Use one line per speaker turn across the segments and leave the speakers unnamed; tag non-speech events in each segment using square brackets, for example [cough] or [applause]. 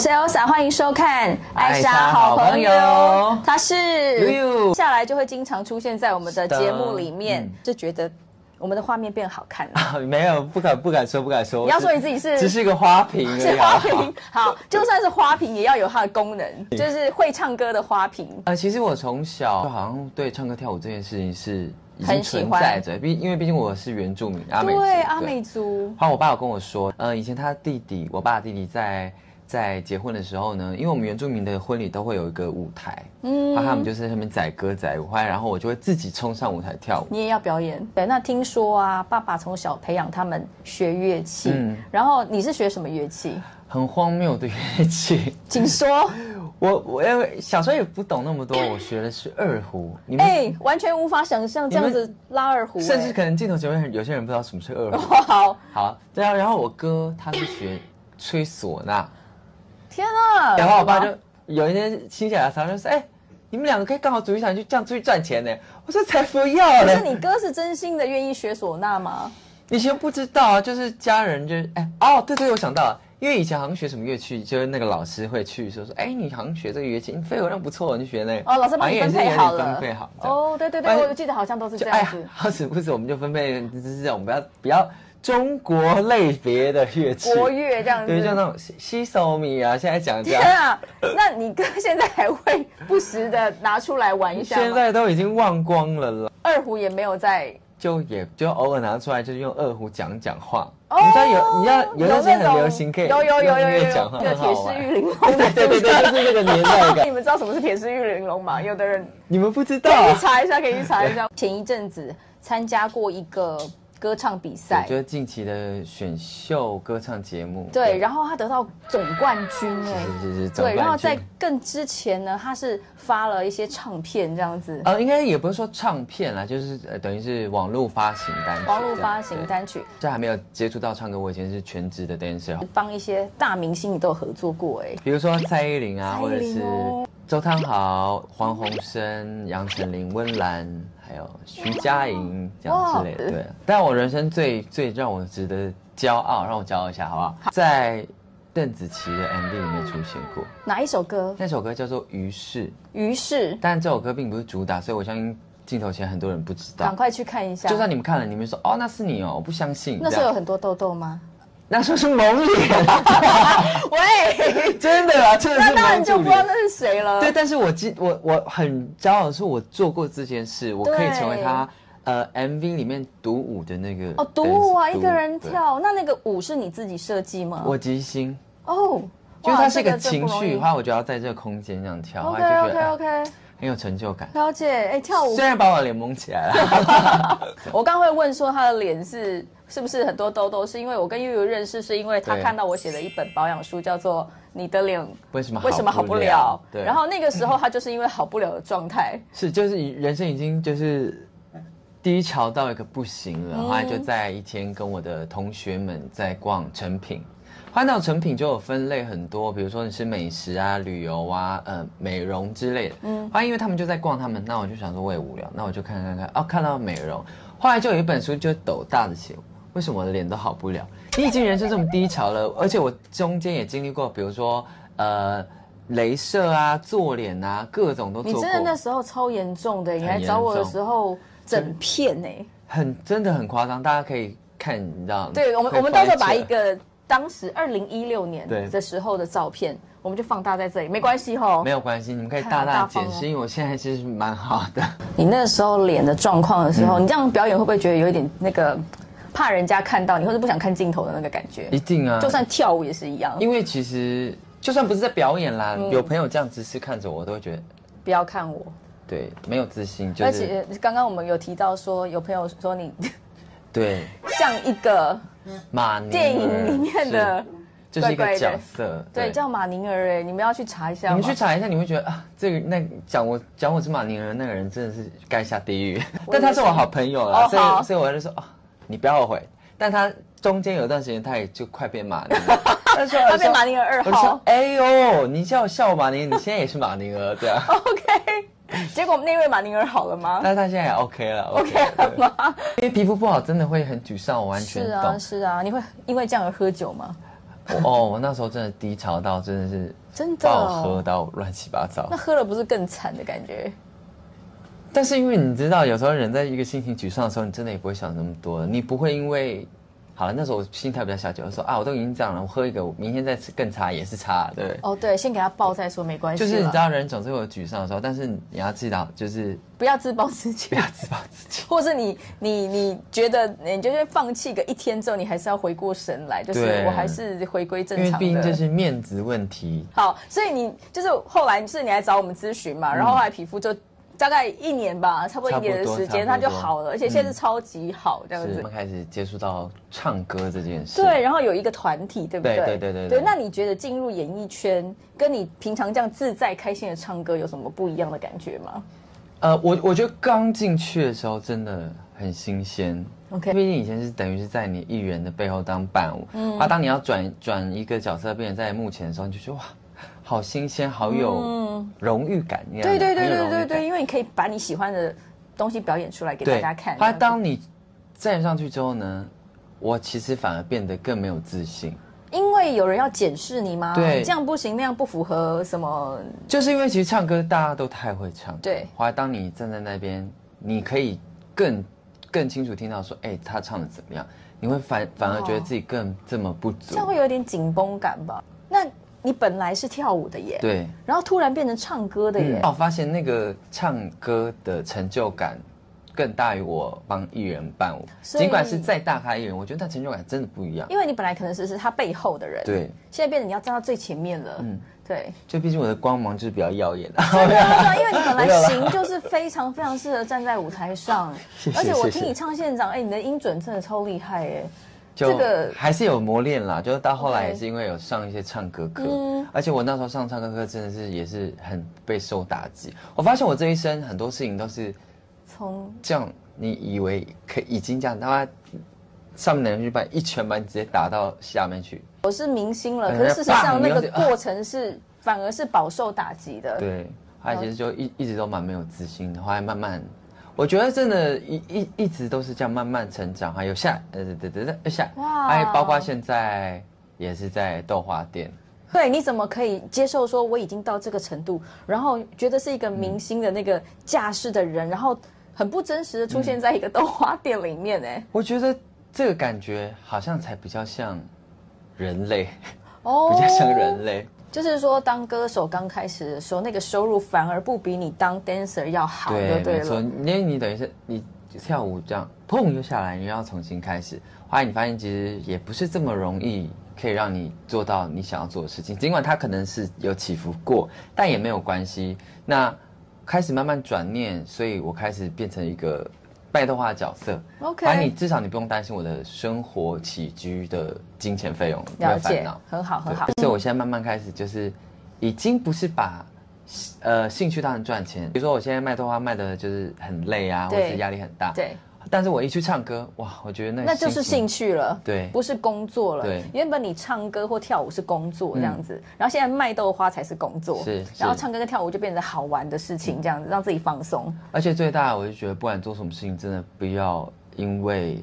是 Elsa，欢迎收看《
艾莎好朋友
她是
悠悠
下来就会经常出现在我们的
是的
节目里面
嗯，
就觉得我们的画面变好看
[laughs]
了。
没有，不敢不敢说，不敢说。
你要
我只
说你自己是
只是一个啊花
[laughs]
瓶而已，
是花
好不好
瓶。，好，就算是花瓶也要有它的功能，
嗯
就是会唱歌的花瓶。
[laughs] 呃，其实我从小就好像对唱歌跳舞这件事情是已
很
经
喜
存
欢
在着，毕因为毕竟我是原住民阿美族，
对，阿美族，
然后我爸有跟我说，呃，以前他弟弟，我爸的弟弟在在结婚的时候呢，因为我们原住民的婚礼都会有一个舞台，嗯，然后他们就是在上面载歌载舞，后来然后我就会自己冲上舞台跳舞。
你也要表演。对，那听说啊，爸爸从小培养他们学乐器，
嗯
然后你是学什么乐器？
很荒谬的乐器， [laughs]
请说。
我我因为小时候也不懂那么多，我学的是二胡，你们、
哎、完全无法想象这样子拉二胡、
甚至可能镜头前面有些人不知道什么是二
[laughs]
胡。
哎好，
好，然后然后我哥他是学吹
[laughs]
唢呐，
天啊！
然后我爸就有一天心血来潮就说：“哎、你们两个可以刚好组一场，就这样出去赚钱呢。”我说：“才不要
可是
嘞！
你哥是真心的愿意学唢呐吗？
以前不知道啊，就是家人就是哎、哦，对对，我想到了，因为以前好像学什么乐器，就是那个老师会去说说：“哎、你好像学这个乐器，你肺活量不错，你就学那个。”
哦，老师帮你分配好了，
分配好。这样
哦，对对对，
哎
我记得好像都是
就
这
哎
样
呀
子。，
好死不死，我们就分配就是这种不要不要中国类别的乐器，
国乐这样
对，就
子。
那种西西手米啊，现在讲这
天
样。
啊！那你哥现在还会不时的拿出来玩一下
现
吗？
在都已经忘光了啦，
二胡也没有在
就也就偶尔拿出来，就是用二胡讲讲话。
哦
你知道有你知道有
有
段时间
那
很
种
流行，可以
有有有
用音
有有
乐
有
讲话，
有
很好
铁
玩
狮玉玲珑
对
的，
对对对，就是那个年代感。
你们知道什么是铁丝玉玲珑吗？有的人
你们不知道
可以
啊
去？查一下，可以去查一下。前一阵子参加过一个歌唱比赛
我觉，得近期的选秀歌唱节目，
对，然后他得到总冠军哎，
是是是，总
对，然后
冠军
在更之前呢，他是发了一些唱片这样子，
呃，应该也不是说唱片啦，就是呃，等于是网络发行单曲这样，
网络发行
对。
单曲，
这还没有接触到唱歌，我以前是全职的 dancer，
帮一些大明星你都有合作过哎，
比如说蔡依林啊，
蔡依
或者
林
是
哦
周汤豪、黄鸿升、杨丞琳、温岚，还有徐佳莹这样之类
哇
的。对，但我人生最最让我值得骄傲，让我骄傲一下好不好？在邓紫棋的 MV 里面出现过，
哪一首歌？
那首歌叫做《于是》，
于是
但这首歌并不是主打，所以我相信镜头前很多人不知
赶
道。
快去看一下
啊就。算你们看了，你们说哦，那是你哦，我不相信。
那时
这
候有
样
很多痘痘吗？
[laughs] 那时候是蒙脸， [laughs]
喂，
真的啦，真的
那
是蒙住脸。
当然就不知道那是谁了。
对，但是我记我我很骄傲，的是我做过这件事，我可以成为他呃 MV 里面独舞的那个
哦，独舞啊，
dancer，
一个人
对。
跳，那那个舞是你自己设计吗？
我即兴，
哦，
就是
哇
它是一
这
个
真不
情
容易
绪化，我就要在这个空间这样跳，后
OK
来就觉
OK
得、哎
OK，
很有成就感。
了解。哎，跳舞
虽，然把我脸蒙起来
[laughs]
了，
我刚会问说他的脸是是不是很多痘痘，是因为我跟悠悠认识，是因为他
对
看到我写了一本保养书，叫做《你的脸
为什么
为什么好不
不
了》。
对，
然后那个时候他就是因为好不了的状态，
是就是人生已经就是低潮到一个不行
哦
了，后来就在一天跟我的同学们在逛成品。环岛成品就有分类很多，比如说你是美食啊、旅游啊、呃美容之类的。嗯，后来因为他们就在逛他们，那我就想说我也无聊，那我就看看看，哦，看到美容，后来就有一本书就斗大的写，为什么我的脸都好不了？你已经人生这么低潮了，而且我中间也经历过，比如说呃，镭射啊、做脸啊，各种都做
你
过。
真的那时候超严重的，你来找我的时候整片呢、
很真的很夸张，大家可以看，你知道？
对我们，
可以
我们到时候把
观察
一个当时二零一六年
对
的时候的照片，我们就放大在这里，没关系吼
没。有关系，你们可以
看
大
好大
大
方
解
哦
释，因为我现在其实蛮好的。
你那时候脸的状况的时候，你这样表演会不会觉得有一点那个怕人家看到你，或者不想看镜头的那个感觉？
一定啊，
就算跳舞也是一样，
因为其实就算不是在表演啦，
嗯
有朋友这样直视看着我，我都会觉得
不要看我。
对没有自信，就
而
是
且刚刚我们有提到说，有朋友说你 [laughs]
对
像一个
马尼
电
尔
影里面的，
嗯是就是一
怪怪
个
的
角色，
对，叫马宁儿哎，你们要去查一下
你
吗。
们去查一下，你会觉得啊，这个那讲我讲我是马尼人那个人真的是该下地
[laughs]
狱。但他是我好朋友
哦
啦，所
好
以所以我就说啊，你不要后悔。但他中间有段时间他也就快变马
[laughs]
尼了，他说
他变马尼尔二
我就说
号。
哎呦，你叫我笑马尼，你现在也是马尼了，对啊。
OK，结果那位马宁儿好了吗啊
[laughs] 但是他现在也 OK 了
？OK 了
[laughs] 对
吗？
因为皮肤不好真的会很沮丧，我完全
是啊，
懂。
是啊，你会因为这样而喝酒吗？
我哦，我那时候真的低潮到真的是
真的
爆
哦
喝到乱七八糟
那。喝了不是更惨的感觉？
但是因为你知道，有时候人在一个心情沮丧的时候，你真的也不会想那么多，你不会因为。好了，那时候我心态比较小，就说啊，我都已经这样了，我喝一个，我明天再吃更差也是差，对不对？
哦，对，先给他爆再说，没关系啦。
就是你知道，人总是会有沮丧的时候，但是你要知道，就是
不要自暴自弃
不，要自暴自弃。
或是你你你觉得你就是放弃个一天之后，你还是要回过神来，就是
对
我还是回归正
因为
常的。
毕竟这是面子问题。
好，所以你就是后来是你来找我们咨询
嗯
嘛，然后后来皮肤就大概一年吧，差不多一年的时间，
差
它
不多嗯
就好了，而且现在是超级好这样
是我
子
们。开始接触到唱歌这件事。
对，，然后有一个团体，对不对？
对对对对对
那你觉得进入演艺圈，跟你平常这样自在开心的唱歌有什么不一样的感觉吗？
呃，我我觉得刚进去的时候真的很新鲜。
OK
毕竟以前是等于是在你艺人的背后当伴舞，
嗯
啊，当你要转转一个角色变成在幕前的时候，你就觉得哇，好新鲜，好有荣誉感，你知道吗
嗯对对对对
很有荣誉
对
感
对，因为你可以把你喜欢的东西表演出来给大
对，
家看。
他
这样子
当你站上去之后呢，我其实反而变得更没有自信，
因为有人要检视你吗？
对
这样不行，那样不符合什么？
就是因为其实唱歌大家都太会唱，
对
后来当你站在那边，你可以更更清楚听到说，哎、他唱的怎么样？你会反反而觉得自己更这么不足
这，哦样会有点紧绷感吧？那你本来是跳舞的耶，
对。
然后突然变成唱歌的耶
嗯，我发现那个唱歌的成就感更大于我帮艺人伴舞，
所以
尽管是再大咖艺人，我觉得那成就感真的不一样。
因为你本来可能是是他背后的人，，
对，
现在变成你要站到最前面了，嗯，对，
[laughs] 就毕竟我的光芒就是比较
[laughs]
耀眼的。
对啊，因为你本来型就是非常非常适合站在舞台上，
[laughs] 谢谢
而且我
谢谢
听你唱现场，哎，你的音准真的超厉害耶，
就
这个
还是有磨练啦，就是到后来
OK
也是因为有上一些唱歌课，
嗯
而且我那时候上唱歌课真的是也是很被受打击。我发现我这一生很多事情都是
从
这样，你以为可已经这样，他上面的人去把一拳把你直接打到下面去，
我是明星了，
哎
可是事实上
棒
那个
你要是
过程是反而是饱受打击的，
对，他其实就一一直都蛮没有自信的，后来慢慢。我觉得真的，一一一直都是这样慢慢成长，还有下，呃，对对对，下，
哇
还有包括现在也是在豆花店，
对，你怎么可以接受说我已经到这个程度，然后觉得是一个明星的那个架势的人，然后很不真实的出现在一个豆花店里面、哎、
我觉得这个感觉好像才比较像人类， [laughs]
哦
比较像人类。
就是说当歌手刚开始的时候，那个收入反而不比你当 dancer 要好，就对
没错，
了。
因为你等于是你跳舞这样，砰就下来，你又要重新开始。后来你发现其实也不是这么容易，可以让你做到你想要做的事情。尽管它可能是有起伏过，但也没有关系。那开始慢慢转念，所以我开始变成一个拜豆花的角色。
OK
而你至少你不用担心我的生活起居的金钱费用，没有
了
烦
解
恼。，
很好很
对
好。
所以我现在慢慢开始，就是已经不是把呃兴趣当成赚钱。比如说我现在卖豆花卖的就是很累啊，或
对
是压力很大。。
对，
但是我一去唱歌，哇，我觉得那
那就是兴
情
趣了。
对
不是工作了。
对嗯
原本你唱歌或跳舞是工作这样子，然后现在卖豆花才是工作，
是是
然后唱歌跟跳舞就变成好玩的事情，这样子让自己放松。
而且最大的我就觉得，不管做什么事情，真的不要因为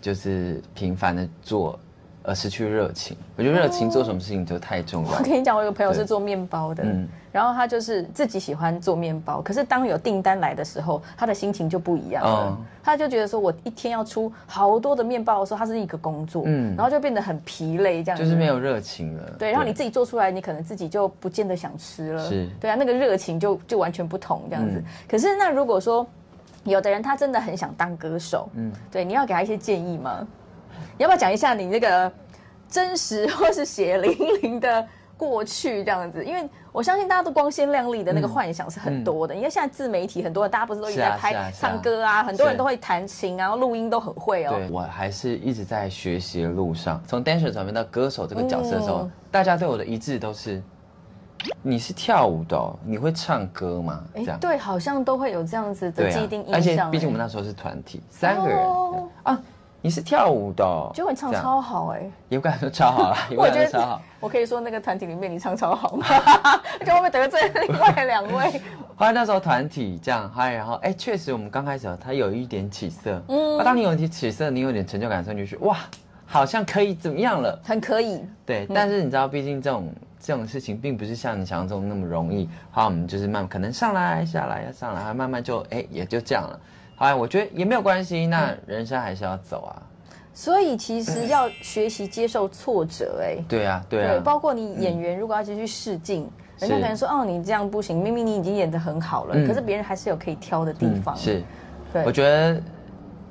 就是频繁的做而失去热情。我觉得热情做什么事情都太重要
我
了。
跟你讲，我有个朋友是
对
做面包的，
嗯
然后他就是自己喜欢做面包，可是当有订单来的时候，他的心情就不一样了。
嗯
他就觉得说，我一天要出好多的面包的时候，它是一个工作，
嗯
然后就变得很疲累，这样子
就是没有热情了。
对，然后你自己做出来，你可能自己就不见得想吃了。
是
对啊，那个热情就就完全不同这样子。
嗯
可是那如果说有的人他真的很想当歌手，嗯，对，你要给他一些建议吗？你要不要讲一下你那个真实或是血淋淋的过去这样子？因为我相信大家都光鲜亮丽的那个幻想是很多的，因为现在自媒体很多，大家不是都一直
是啊
在拍
嗯是啊是啊
唱歌啊，很多人
是
都会弹琴啊，录音都很会哦。
对我还是一直在学习的路上，从 dancer 转变到歌手这个角色的时候，
嗯
大家对我的一致都是：你是跳舞的、哦，你会唱歌吗？这
哎
样，
对，好像都会有这样子的
对啊
既定印象。
而且毕
哎
竟我们那时候是团体，三个人、
哦
啊，你是跳舞的、哦，
结果你唱
这样，
超好哎。
[laughs] 也不敢说超好啦，啊也不
我
敢
觉
说超好
得。 [laughs] 我可以说那个团体里面你唱超好吗？ [laughs] 就会不会得罪另外两位？
后来那时候团体这样，嗨，然后哎，确实我们刚开始哦它有一点起色，嗯，啊，当你有一点起色，你有点成就感的时候，你就觉得哇，好像可以怎么样了。
很可以，
对，但是你知道，毕竟这种这种事情并不是像你想象中那么容易。好，我们就是慢，可能上来下来要上来，还慢慢就哎也就这样了。好啊，我觉得也没有关系，那人生还是要走啊。
所以其实要学习接受挫折、哎、
对啊，对啊，
包括你演员如果要继续试镜，人家
是
可能说哦你这样不行，明明你已经演得很好了，
嗯
可是别人还是有可以挑的地
嗯
方。，
是，
对
我觉得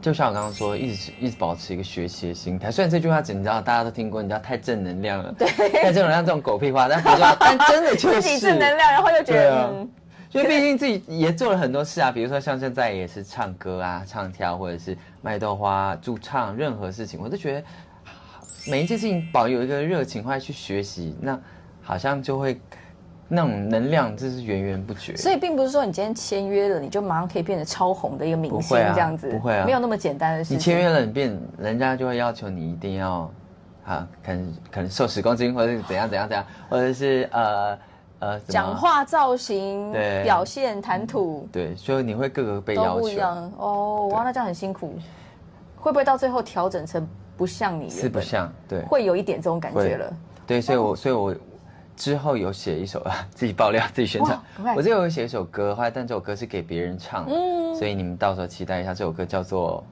就像我刚刚说，一直一直保持一个学习的心态。虽然这句话，你知道大家都听过，你知道太正能量了，对，太正能量这种狗屁话，但不知道，但真的就
自
是
己正能量，然后又觉
对
得、
啊
嗯，
因为毕竟自己也做了很多事啊，比如说像现在也是唱歌啊、唱跳，或者是卖豆花、驻唱，任何事情，我都觉得啊每一件事情保有一个热情，或者去学习，那好像就会那种能量，就是源源不绝。
所以并不是说你今天签约了，你就马上可以变得超红的一个明
不
星
会啊
这样子，
不会啊
没有那么简单的事情。
你签约了，你变人家就会要求你一定要啊，可能可能瘦十公斤，或者是怎样怎样怎样，或者是呃呃怎么
讲话、造型、
对
表现、谈吐
对，所以你会各个被
都
要
不一
求，
样哦。哇，那这样很辛苦，会不会到最后调整成不像你原
四不
本？
像对。
会有一点这种感觉了。
对，
哦
所以我所以我之后有写一首 [laughs] 自己爆料自己宣传
哇赶快，
我之后有写一首歌，后来但这首歌是给别人唱，嗯，所以你们到时候期待一下，这首歌叫做。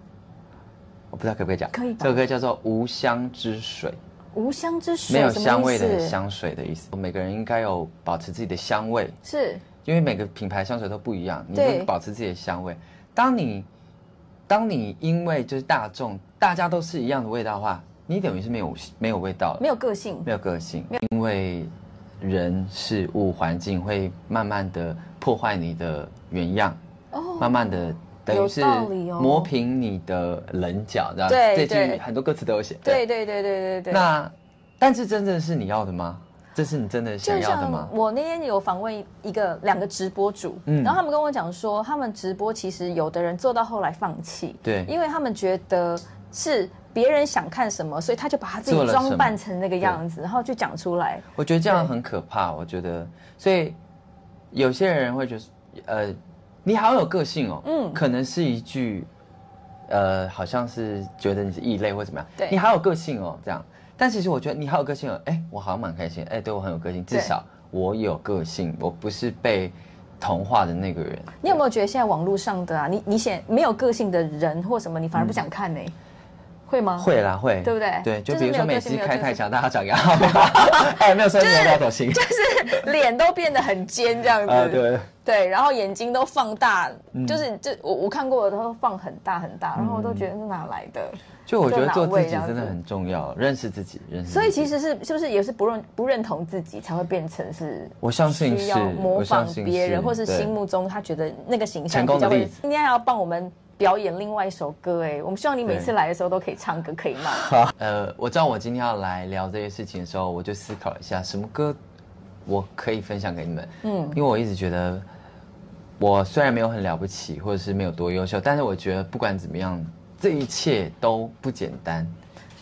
我不知道可不可以讲，
可以吧
这首歌叫做《无香之水
无香之》，水
没有
什么
香味
意
的
思
香水的意思。每个人应该有保持自己的香味，
是
因为每个品牌香水都不一样，你
对
会保持自己的香味。当你当你因为就是大众大家都是一样的味道的话，你等于是没有没有味道了
没。有个性，
没有个性，因为人、事物、环境会慢慢的破坏你的原样，
哦
慢慢的等于是
有道理哦
磨平你的棱角，这样。
对
这
对
句很多歌词都有写。
对对对对对对。
那但是真的是你要的吗？这是你真的想
就
要的
像
吗？
我那天有访问一个两个直播主，
嗯
然后他们跟我讲说，他们直播其实有的人做到后来放弃，
对
因为他们觉得是别人想看什么，所以他就把他自
做
己
了什
装
么
扮成那个样子，然后就讲出来。
我觉得这样很可怕。我觉得，所以有些人会觉得，呃，你好有个性哦，
嗯
嗯，可能是一句，呃，好像是觉得你是异类或怎么样，
对
你好有个性哦，这样。但其实我觉得你好有个性哦，哎，我好像蛮开心，哎，对我很有个性，至
对
少我有个性，我不是被同化的那个人。
你有没有觉得现在网络上的啊，你你显没有个性的人或什么，你反而不想看呢、会吗？
嗯会啦，会，
哦对不对
对，就
就是
比如
没有个性
说每次
没有
开
个
太
性
强，大家长牙， [laughs] 哎，没有说没有大
[laughs]
头
[laughs]
型，
就是脸都变得很尖这样子，
啊，对，嗯
对然后眼睛都放大，就是这我我看过的都放很大很大，然后我都觉得是哪来的？
就我觉得
哪
做自
位啊
己
这样
真的
子
很重要，认识自己，认识自己。
所以其实是是不是也是不认不认同自己，才会变成是
我相信
需
是
要，模
我相
仿
信
别人，或是
对
心目中他觉得那个形象
成功
比较
的
会
例子。
今天还要帮我们表演另外一首歌，哎，我们希望你每
对
次来的时候都可以唱歌，可以吗？
呃，我知道我今天要来聊这些事情的时候，我就思考了一下，什么歌我可以分享给你们。嗯，因为我一直觉得，我虽然没有很了不起，或者是没有多优秀，但是我觉得不管怎么样，这一切都不简单。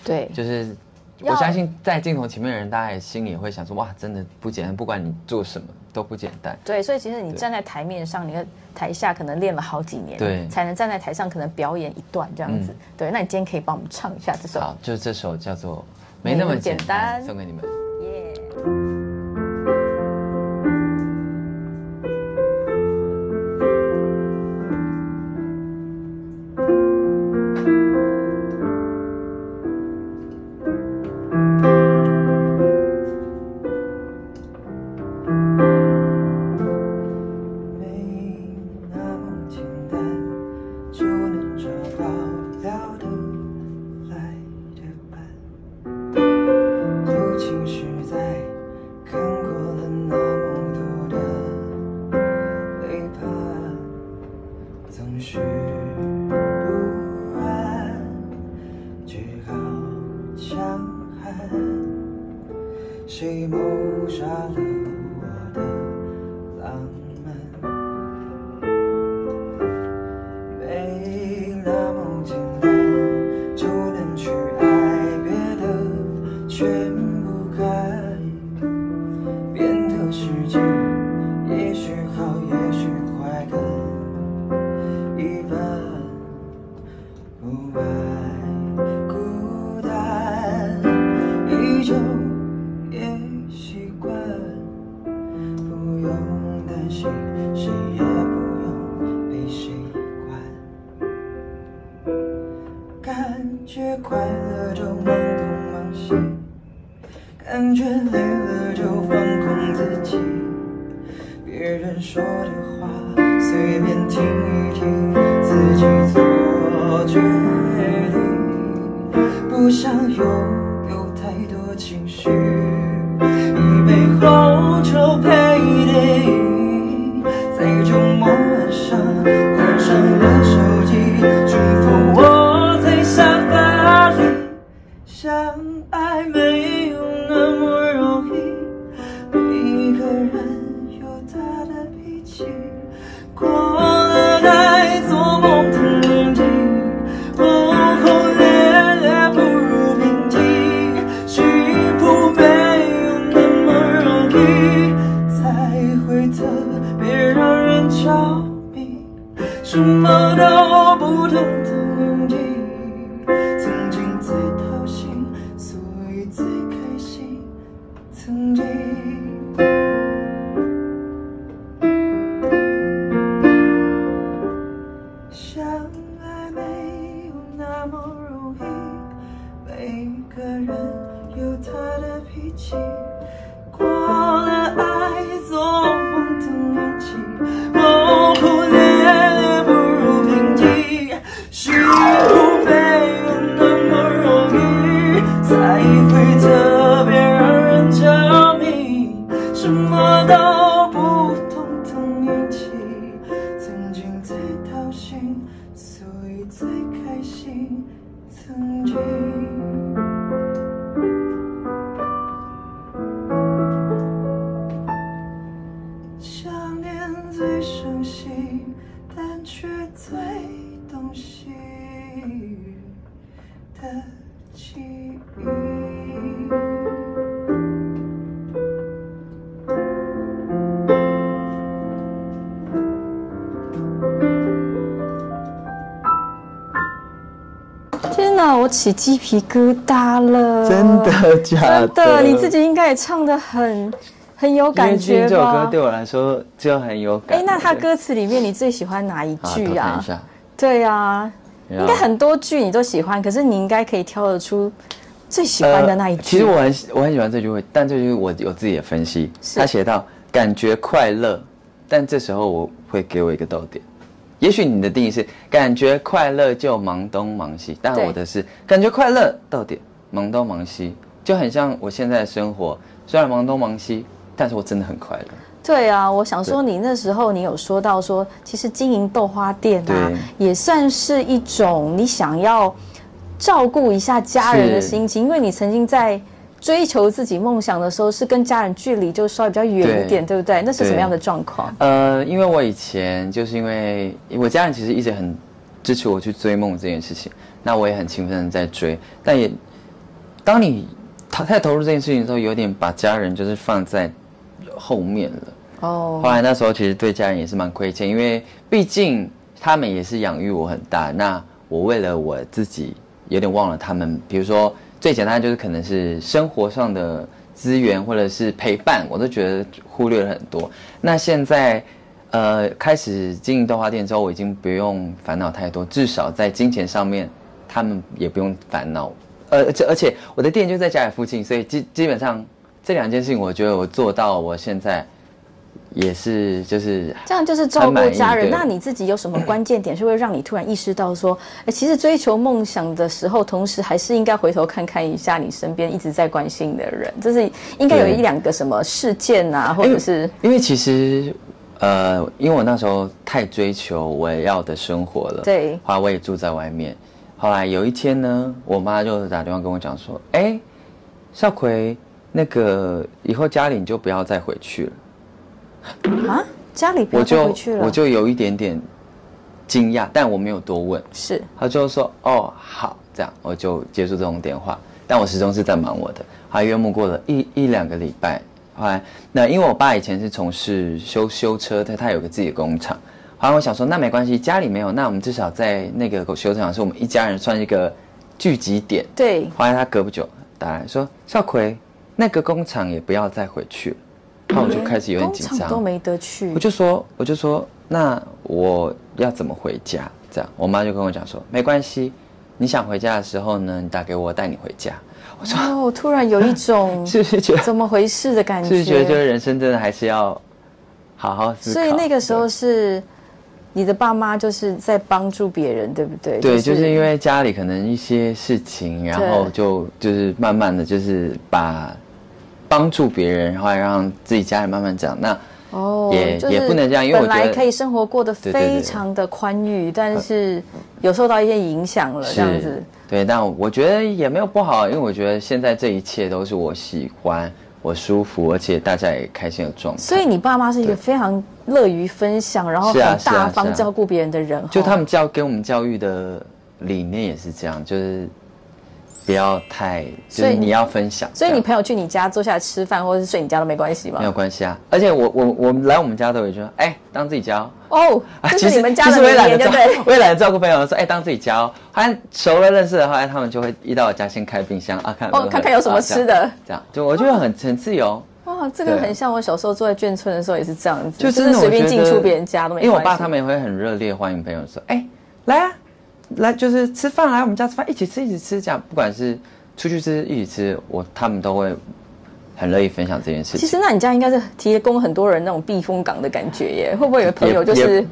对，
就是
嗯要
我相信，在镜头前面的人，大家也心里会想说，哇，真的不简单，不管你做什么都不简单。
对，所以其实你站在台面上，你在台下可能练了好几年，
对嗯
才能站在台上可能表演一段这样子。对，那你今天可以帮我们唱一下这首，
好，就这首叫做《没那
没
么
那么
简
简
单》，
单
送给你们。
耶、
没那么简单，就能找到聊得来的伴。尤其是在看过了那么多的背叛，总是不安，只好强悍。谁谋杀了我的浪漫？没那么简单就能去爱，别的全不看。变得实际，也许好，也许坏，跟一般。不爱孤单，感觉快乐就忙东忙西，感觉累了就放空自己。别人说的话随便听一听，自己做决定。不想拥有太多情绪，一杯红酒配电在周末晚上关上了手机，祝福我在沙发里相爱没有那么容易。每一个人有他的脾气，过了该做梦的年纪，轰轰烈烈不如平静，幸福没有那么容易，才会特别让人着迷，什么都不懂的年纪，曾经最掏心，所以最开心。曾经。相爱没有那么容易，每个人有他的脾气。过了爱做梦的年纪，轰轰烈烈不如平静，幸福没有那么容易，才会特别让人着迷。什么都不懂的年纪，曾经最掏心，所以最开心。曾经。想念最伤心，但却最动心的记忆。
天哪，我起鸡皮疙瘩了！
真的假的
真的，你自己应该也唱的很很有
因为
感觉
这首歌
吧
对？我来说就很有感。
哎，那他
对
歌词里面你最喜欢哪一
啊，
句
多看
啊
一？下，
对啊，
应
应该很多句你都喜欢，可是你应该可以挑得出最喜欢的那一句。
呃其实我很喜我很喜欢这句话，但这句我有自己的分析。他写到感觉快乐，但这时候我会给我一个逗点。也许你的定义是感觉快乐就忙东忙西，但
对
我的是感觉快乐逗点忙东忙西，就很像我现在的生活。虽然忙东忙西，但是我真的很快乐。
对啊，我想说，你那时候你有说到说，其实经营豆花店啊，也算是一种你想要照顾一下家人的
是
心情，因为你曾经在追求自己梦想的时候，是跟家人距离就稍微比较远一点，对不对？那是什么样的状况？
呃，因为我以前就是因为我家人其实一直很支持我去追梦这件事情，那我也很勤奋的在追，但也当你他太投入这件事情的时候，有点把家人就是放在后面了。
哦，
后来那时候其实对家人也是蛮亏欠，因为毕竟他们也是养育我很大。那我为了我自己，有点忘了他们。比如说最简单就是可能是生活上的资源或者是陪伴，我都觉得忽略了很多。那现在。呃，开始经营豆花店之后，我已经不用烦恼太多，至少在金钱上面，他们也不用烦恼。呃，而且而且我的店就在家里附近，所以基基本上这两件事情，我觉得我做到我现在也是就是
这样就是照顾家人。
很满意对
那你自己有什么关键点是会让你突然意识到说，哎，其实追求梦想的时候，同时还是应该回头看看一下你身边一直在关心的人，就是应该有一
对
两个什么事件啊，
哎
或者是
因为其实，呃，因为我那时候太追求我要的生活了，
对
后来我也住在外面。后来有一天呢，我妈就打电话跟我讲说：“哎，少奎，那个以后家里你就不要再回去了。
啊，家里不
我
要再
就
回去了，
我就有一点点惊讶，但我没有多问。
是
他就说哦好，这样我就结束这种电话。但我始终是在忙我的。还约莫过了一一两个礼拜，后来那因为我爸以前是从事修修车，他他有个自己的工厂。后来我想说那没关系，家里没有，那我们至少在那个修车厂是我们一家人算一个聚集点。
对
后来他隔不久打来说少奎，那个工厂也不要再回去了。那我就开始有点紧
嗯工厂
张，
哎都没得去
我，就说，我就说，那我要怎么回家？这样，我妈就跟我讲说，没关系，你想回家的时候呢，你打给我，带你回家。 [laughs]
哦，突然有一种
是不是觉得，是
怎么回事的感
不
觉，
是觉得，就是人生真的还是要好好思考。
所以那个时候
对
是你的爸妈就是在帮助别人，对不对？
对，就是因为家里可能一些事情，然后
对
就就是慢慢的就是把帮助别人，然后还让自己家人慢慢长大。
哦，
也
就是
也不能这样因为我
本
觉
来
得
可以生活过得
对对对
非常的宽裕，但是有受到一些影响
呃
了，这样子。
对，但我觉得也没有不好，因为我觉得现在这一切都是我喜欢、我舒服，而且大家也开心的状态。
所以你爸妈是一个非常乐于分享，然后
是
很
啊是啊
大
是
方
啊
照顾别人的人，
就
哈
他们教给我们教育的理念也是这样，就是不要太，就
所
是
以你
你要分享这
所以
样。
你朋友去你家坐下来吃饭，或者是睡你家都没关系吗
没？有关系啊，而且我我我们来我们家都有说，哎、当自己家哦。
哦，
啊
这
其
是
实
你们家
其
的
实我也
名
懒
言，
得
对不
照
对？
[laughs] 我也懒得照顾朋友，说哎、当自己家哦。好像熟了认识的话，哎他们就会一到我家先开冰箱啊，看
哦，看看有什么吃，
啊
的。
这样这样就我觉得很很自由。
哇，这个
对啊
很像我小时候住在眷村的时候也是这样子，
就真
是
的
随
我觉
便
得
进出别人家都没关系。
因为我爸他们也会很热烈欢迎朋友说，哎、来啊，来就是吃饭来我们家吃饭，一起吃一起吃，这样不管是出去吃一起吃，我他们都会很乐意分享这件事
其
情。
实，那你家应该是提供很多人那种避风港的感觉耶？会不会有朋友
也
就是
也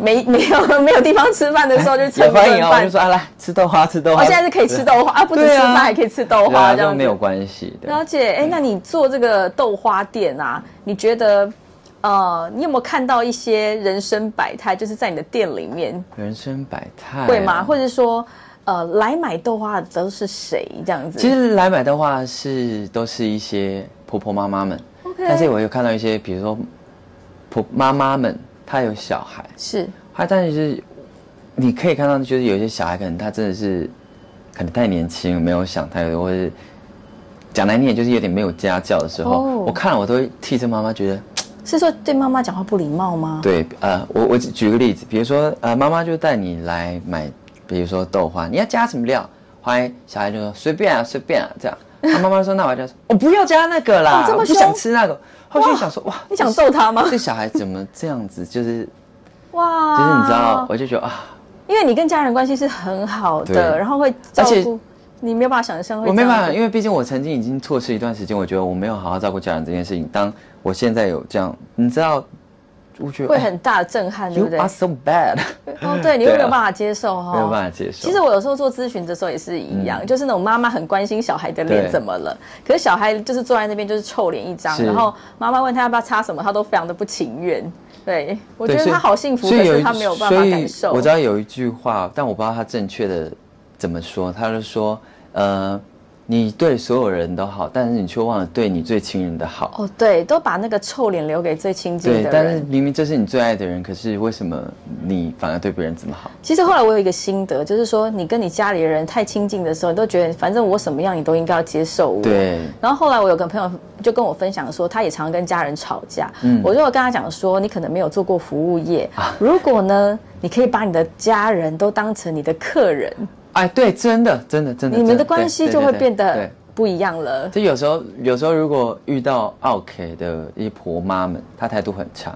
没没有 [laughs] 没有地方吃饭的时候就蹭
也
一
欢迎
顿
啊，我
饭
就？说啊来吃豆花吃豆
我
花，
现在是可以吃豆花啊，不止
对
吃
啊
饭还可以吃豆
对
花
啊，
这
都
样
没有
子。
关系嗯的。
了解，哎，那你做这个豆花店啊，你觉得呃，你有没有看到一些人生百态？就是在你的店里面
人生百态、啊
会吗？或者说呃，来买豆花的都是谁这样子？
其实来买的话是都是一些婆婆妈妈们
OK
但是我有看到一些，比如说婆妈妈们，她有小孩，
是
她但是你可以看到，就是有些小孩可能他真的是可能太年轻，没有想太多，或者讲难听点就是有点没有家教的时候
哦
我看了我都会替这妈妈觉得。
是说对妈妈讲话不礼貌吗？
对，呃，我我举举个例子，比如说，呃，妈妈就带你来买，比如说豆花，你要加什么料？后来小孩就说随便啊，随便啊，这
[laughs]
样。他妈妈说：“那我就说，我不要加那个啦，
哦这么
我不
凶
想吃那个。”后心想说：“哇，
[laughs] 你想揍他吗
这小孩怎么这样
[laughs]
子？就是
哇，
就是你知道，我就觉得啊，
因为你跟家人关系是很好的，
对
然后会照
而且
顾，你没有办法想象会
我
这
没
样
办法，
子
因为毕竟我曾经已经错失一段时间，我觉得我没有好好照顾家人这件事情。当我现在有这样，你知道，我觉得
会
哎
很大的震撼，对
You
不对？
are so bad， [laughs]
哦，对，你会
对啊
没有办法接受哈，
没有办法接受。嗯
其实我有时候做咨询的时候也是一样，就是那种妈妈很关心小孩的脸
对
怎么了，可是小孩就是坐在那边就是臭脸一张，
是
然后妈妈问他要不要擦什么，他都非常的不情愿。对，我觉
对
得
所以
他好幸福，
所
可
以有
是
一
他没有办法
所以
感受。
我知道有一句话，但我不知道他正确的怎么说。他就说，呃，你对所有人都好，但是你却忘了对你最亲人的好。
哦，对，都把那个臭脸留给最亲近
对
的，
但是
人。
明明这是你最爱的人，可是为什么你反而对别人这么好？
其实后来我有一个心得，就是说你跟你家里的人太亲近的时候，你都觉得反正我什么样你都应该要接受我。
对，
然后后来我有个朋友就跟我分享说，他也常跟家人吵架。
嗯
我就有跟他讲说，你可能没有做过服务业，
啊
如果呢，你可以把你的家人都当成你的客人，
哎，对，真的，真的，真的，
你们
真
的关系
对
就
对
会
对
变得
对。
不一样了。
就有时候，有时候如果遇到 OK 的一婆妈们，她态度很差，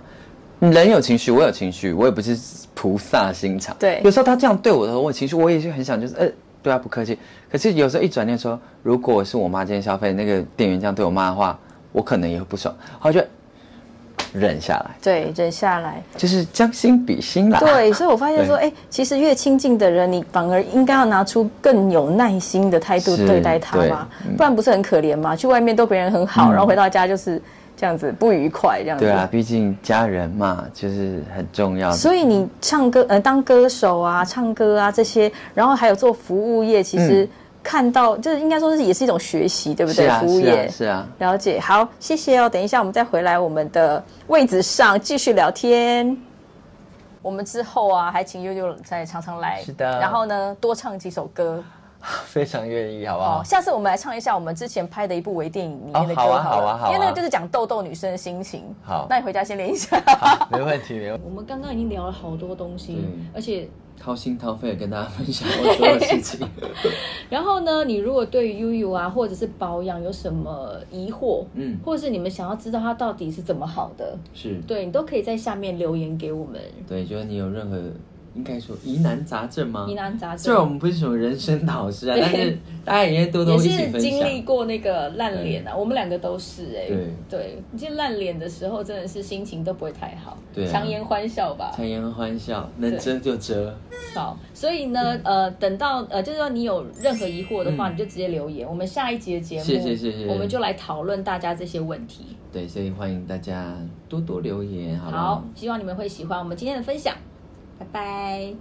人有情绪，我有情绪，我也不是菩萨心肠。
对
有时候她这样对我的时候，我有情绪我也是很想就是，呃，对她不客气。可是有时候一转念说，如果是我妈今天消费，那个店员这样对我妈的话，我可能也会不爽，我就忍下来，
对，忍下来。
就是将心比心啦。
对，所以我发现说，
对
哎，其实越亲近的人，你反而应该要拿出更有耐心的态度
是嗯
对待他嘛，不然不是很可怜吗？去外面都别人很好，然后回到家就是这样子不愉快，这样子。
对啊，毕竟家人嘛，就是很重要的。
所以你唱歌，呃，当歌手啊，唱歌啊这些，然后还有做服务业，其实看到、就是应该说是也是一种学习，对不
嗯是
对？
啊，
服务
是
业
啊，是啊。
了解。好，谢谢哦。等一下我们再回来我们的位置上继续聊天。我们之后啊，还请悠悠再常常来，
是的
然后呢，多唱几首歌
非常愿意，好不
哦。下次我们来唱一下我们之前拍的一部微电影里面的歌
哦好
了，
啊好啊好啊
因为那个就是讲痘痘女生的心情。
好
那你回家先练一下。
没问题，没问题。
我们刚刚已经聊了好多东西
嗯
而且
掏心掏肺地跟大家分享
[laughs]
我所有事情。
然后呢，你如果对于悠悠啊，或者是保养有什么疑惑，
嗯
或者是你们想要知道它到底是怎么好的，
是，嗯
对你都可以在下面留言给我们。
对，就是你有任何应该说疑难杂症吗？
疑难杂
虽然我
症。
们不是什么人生导师啊，
对
但是大家也多多
也
一起
是
分
经
享。
历过那个烂脸啊，我们两个都是哎、
对
对，你见烂脸的时候真的是心情都不会太好，
对啊
强颜欢笑吧，
强颜欢笑，能
对
遮就遮。
好，所以呢，呃，等到呃，就是说你有任何疑惑的话，
嗯
你就直接留言。我们下一集的节目，
是是是是
我们就来讨论大家这些问题。
对，所以欢迎大家多多留言，好不
好，希望你们会喜欢我们今天的分享，拜拜。